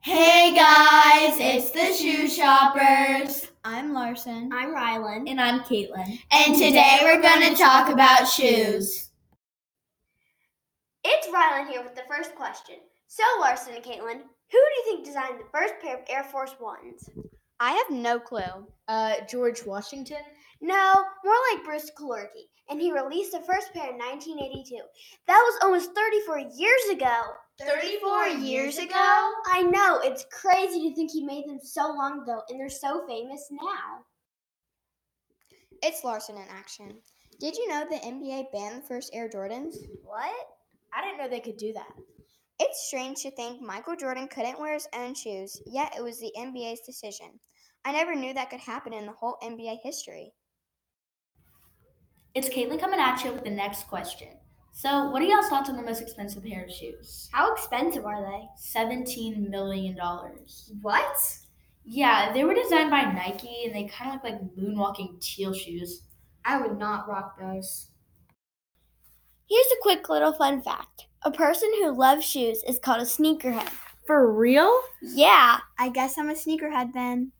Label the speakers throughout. Speaker 1: Hey guys, it's the Shoe Shoppers.
Speaker 2: I'm Larson.
Speaker 3: I'm Rylan.
Speaker 2: And I'm Caitlin.
Speaker 1: And today we're going to talk about shoes.
Speaker 3: It's Rylan here with the first question. So, Larson and Caitlin, who do you think designed the first pair of Air Force Ones?
Speaker 2: I have no clue.
Speaker 4: Uh, George Washington?
Speaker 3: No, more like Bruce Kalorki, and he released the first pair in 1982. That was almost 34 years ago.
Speaker 1: 34 years ago?
Speaker 3: I know, it's crazy to think he made them so long ago, and they're so famous now.
Speaker 5: It's Larson in action. Did you know the NBA banned the first Air Jordans?
Speaker 4: What? I didn't know they could do that.
Speaker 5: It's strange to think Michael Jordan couldn't wear his own shoes, yet it was the NBA's decision. I never knew that could happen in the whole NBA history.
Speaker 2: It's Caitlin coming at you with the next question. So, what are y'all's thoughts on the most expensive pair of shoes?
Speaker 3: How expensive are they?
Speaker 2: $17 million.
Speaker 3: What?
Speaker 2: Yeah, they were designed by Nike and they kind of look like moonwalking teal shoes.
Speaker 4: I would not rock those.
Speaker 3: Here's a quick little fun fact a person who loves shoes is called a sneakerhead.
Speaker 4: For real?
Speaker 3: Yeah,
Speaker 5: I guess I'm a sneakerhead then.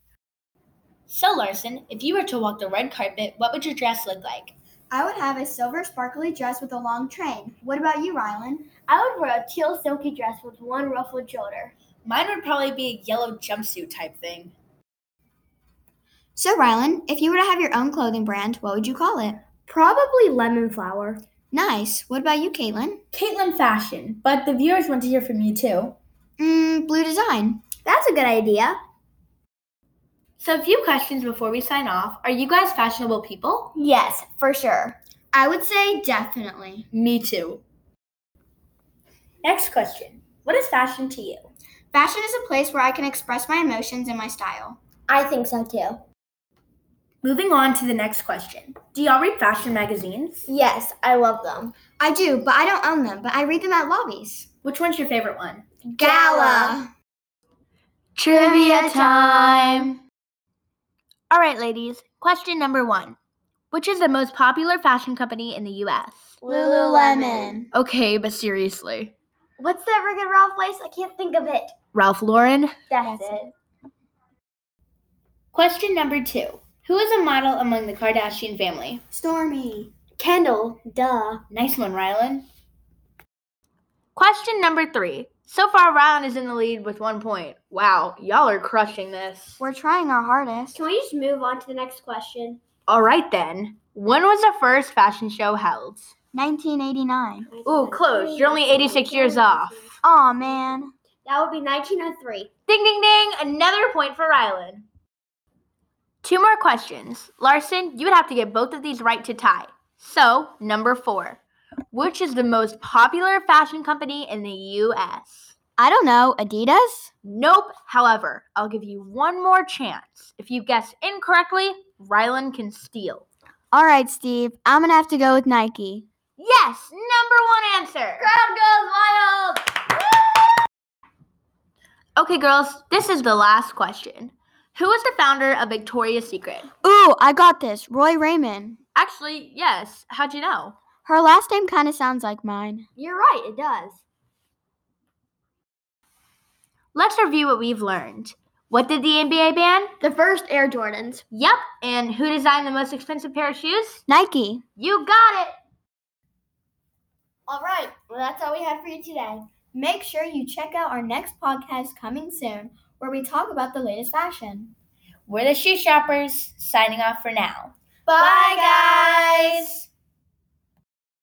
Speaker 2: So, Larson, if you were to walk the red carpet, what would your dress look like?
Speaker 5: I would have a silver sparkly dress with a long train. What about you, Rylan?
Speaker 3: I would wear a teal silky dress with one ruffled shoulder.
Speaker 2: Mine would probably be a yellow jumpsuit type thing.
Speaker 5: So, Rylan, if you were to have your own clothing brand, what would you call it?
Speaker 4: Probably lemon flower.
Speaker 5: Nice. What about you, Caitlin?
Speaker 2: Caitlin Fashion, but the viewers want to hear from you too.
Speaker 5: Mmm, blue design.
Speaker 3: That's a good idea.
Speaker 2: So, a few questions before we sign off. Are you guys fashionable people?
Speaker 3: Yes, for sure.
Speaker 1: I would say definitely.
Speaker 2: Me too. Next question What is fashion to you?
Speaker 5: Fashion is a place where I can express my emotions and my style.
Speaker 3: I think so too.
Speaker 2: Moving on to the next question Do y'all read fashion magazines?
Speaker 3: Yes, I love them.
Speaker 5: I do, but I don't own them, but I read them at lobbies.
Speaker 2: Which one's your favorite one?
Speaker 5: Gala.
Speaker 1: Trivia time.
Speaker 2: All right, ladies. Question number one Which is the most popular fashion company in the US?
Speaker 5: Lululemon.
Speaker 2: Okay, but seriously.
Speaker 3: What's that Rigged Ralph lace? I can't think of it.
Speaker 2: Ralph Lauren?
Speaker 3: That's, it.
Speaker 2: Question number two Who is a model among the Kardashian family?
Speaker 5: Stormy.
Speaker 3: Kendall, duh.
Speaker 2: Nice one, Rylan. Question number three. So far, Rylan is in the lead with one point. Wow, y'all are crushing this.
Speaker 5: We're trying our hardest.
Speaker 3: Can we just move on to the next question?
Speaker 2: All right then. When was the first fashion show held?
Speaker 5: 1989.
Speaker 2: Ooh, close. You're only 86 years off.
Speaker 5: Aw, man.
Speaker 3: That would be 1903.
Speaker 2: Ding, ding, ding. Another point for Rylan. Two more questions. Larson, you would have to get both of these right to tie. So, number four. Which is the most popular fashion company in the U.S.?
Speaker 5: I don't know. Adidas?
Speaker 2: Nope. However, I'll give you one more chance. If you guess incorrectly, Rylan can steal.
Speaker 5: All right, Steve. I'm going to have to go with Nike.
Speaker 2: Yes, number one answer.
Speaker 3: Crowd goes wild!
Speaker 2: Okay, girls, this is the last question. Who was the founder of Victoria's Secret?
Speaker 5: Ooh, I got this. Roy Raymond.
Speaker 2: Actually, yes. How'd you know?
Speaker 5: Her last name kind of sounds like mine.
Speaker 3: You're right, it does.
Speaker 2: Let's review what we've learned. What did the NBA ban?
Speaker 3: The first Air Jordans.
Speaker 2: Yep. And who designed the most expensive pair of shoes?
Speaker 5: Nike.
Speaker 2: You got it.
Speaker 3: All right, well, that's all we have for you today.
Speaker 1: Make sure you check out our next podcast coming soon where we talk about the latest fashion.
Speaker 2: We're the shoe shoppers, signing off for now.
Speaker 1: Bye, guys.